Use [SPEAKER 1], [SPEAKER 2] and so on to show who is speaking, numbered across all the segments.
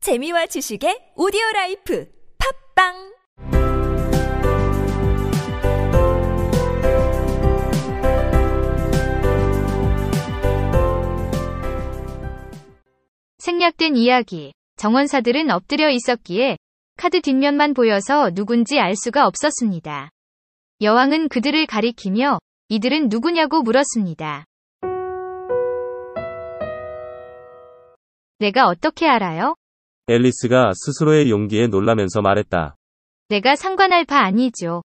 [SPEAKER 1] 재미와 지식의 오디오 라이프 팝빵
[SPEAKER 2] 생략된 이야기. 정원사들은 엎드려 있었기에 카드 뒷면만 보여서 누군지 알 수가 없었습니다. 여왕은 그들을 가리키며 이들은 누구냐고 물었습니다. 내가 어떻게 알아요?
[SPEAKER 3] 앨리스가 스스로의 용기에 놀라면서 말했다.
[SPEAKER 2] 내가 상관할 바 아니죠.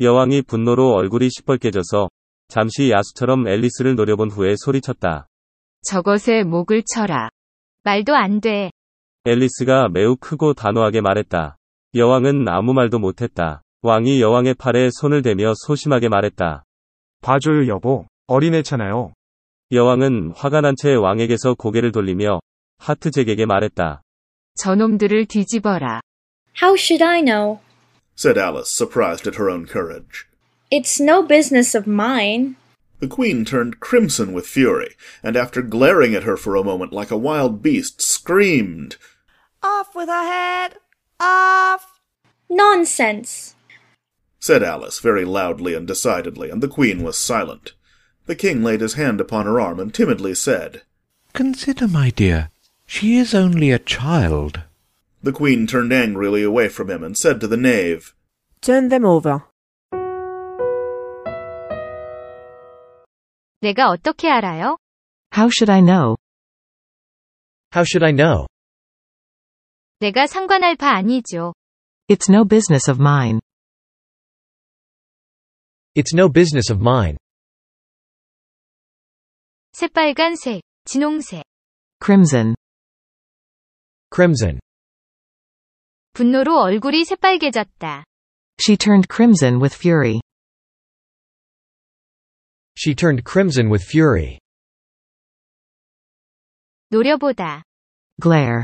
[SPEAKER 3] 여왕이 분노로 얼굴이 시뻘개져서 잠시 야수처럼 앨리스를 노려본 후에 소리쳤다.
[SPEAKER 2] 저것에 목을 쳐라. 말도 안 돼.
[SPEAKER 3] 앨리스가 매우 크고 단호하게 말했다. 여왕은 아무 말도 못했다. 왕이 여왕의 팔에 손을 대며 소심하게 말했다.
[SPEAKER 4] 봐줘요 여보. 어린애잖아요.
[SPEAKER 3] 여왕은 화가 난 채 왕에게서 고개를 돌리며 하트 잭에게 말했다.
[SPEAKER 2] 저놈들을 뒤집어라.
[SPEAKER 5] How should I know?
[SPEAKER 6] said Alice, surprised at her own courage.
[SPEAKER 5] It's no business of mine.
[SPEAKER 6] The queen turned crimson with fury, and after glaring at her for a moment like a wild beast, screamed,
[SPEAKER 7] Off with her head! Off!
[SPEAKER 5] Nonsense.
[SPEAKER 6] said Alice very loudly and decidedly, and the queen was silent. The king laid his hand upon her arm and timidly said,
[SPEAKER 8] Consider, my dear, she is only a child.
[SPEAKER 6] The queen turned angrily away from him and said to the knave,
[SPEAKER 7] Turn them over.
[SPEAKER 2] 내가 어떻게 알아요?
[SPEAKER 9] How should I know?
[SPEAKER 8] How should I know?
[SPEAKER 2] 내가 상관할 바 아니죠.
[SPEAKER 9] It's no business of mine.
[SPEAKER 8] It's no business of mine.
[SPEAKER 2] 새빨간색, 진홍색,
[SPEAKER 9] Crimson.
[SPEAKER 8] Crimson.
[SPEAKER 2] 분노로 얼굴이 새빨개졌다.
[SPEAKER 9] She turned crimson with fury.
[SPEAKER 8] She turned crimson with fury.
[SPEAKER 2] 노려보다.
[SPEAKER 9] Glare.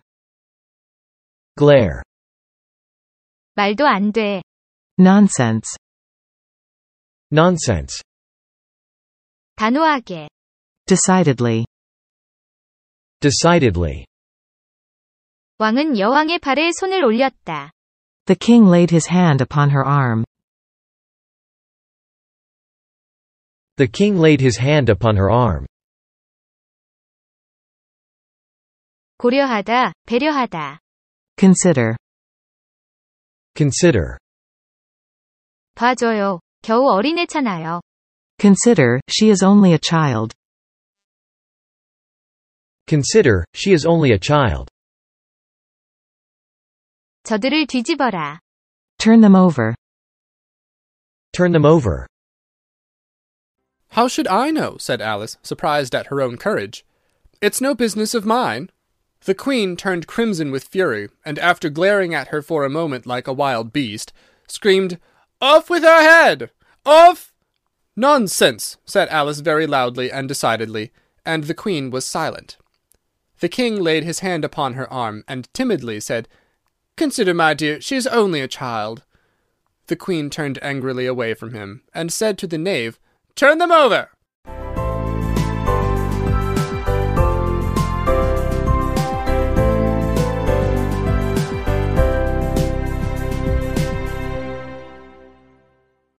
[SPEAKER 8] Glare.
[SPEAKER 2] 말도 안 돼.
[SPEAKER 9] Nonsense.
[SPEAKER 8] Nonsense.
[SPEAKER 2] 단호하게.
[SPEAKER 9] Decidedly.
[SPEAKER 8] Decidedly.
[SPEAKER 2] 왕은 여왕의 발에 손을 올렸다.
[SPEAKER 9] The king laid his hand upon her arm.
[SPEAKER 8] The king laid his hand upon her arm.
[SPEAKER 2] 고려하다, 배려하다.
[SPEAKER 9] Consider.
[SPEAKER 8] Consider.
[SPEAKER 2] 봐줘요. 겨우 어린애잖아요.
[SPEAKER 9] Consider, she is only a child.
[SPEAKER 8] Consider, she is only a child.
[SPEAKER 2] 저들을 뒤집어라.
[SPEAKER 9] Turn them over.
[SPEAKER 8] Turn them over.
[SPEAKER 10] How should I know? said Alice, surprised at her own courage. It's no business of mine. The queen turned crimson with fury, and after glaring at her for a moment like a wild beast, screamed, Off with her head! Off! Nonsense! said Alice very loudly and decidedly, and the queen was silent. The king laid his hand upon her arm, and timidly said, Consider, my dear, she is only a child. The queen turned angrily away from him, and said to the knave, Turn them over!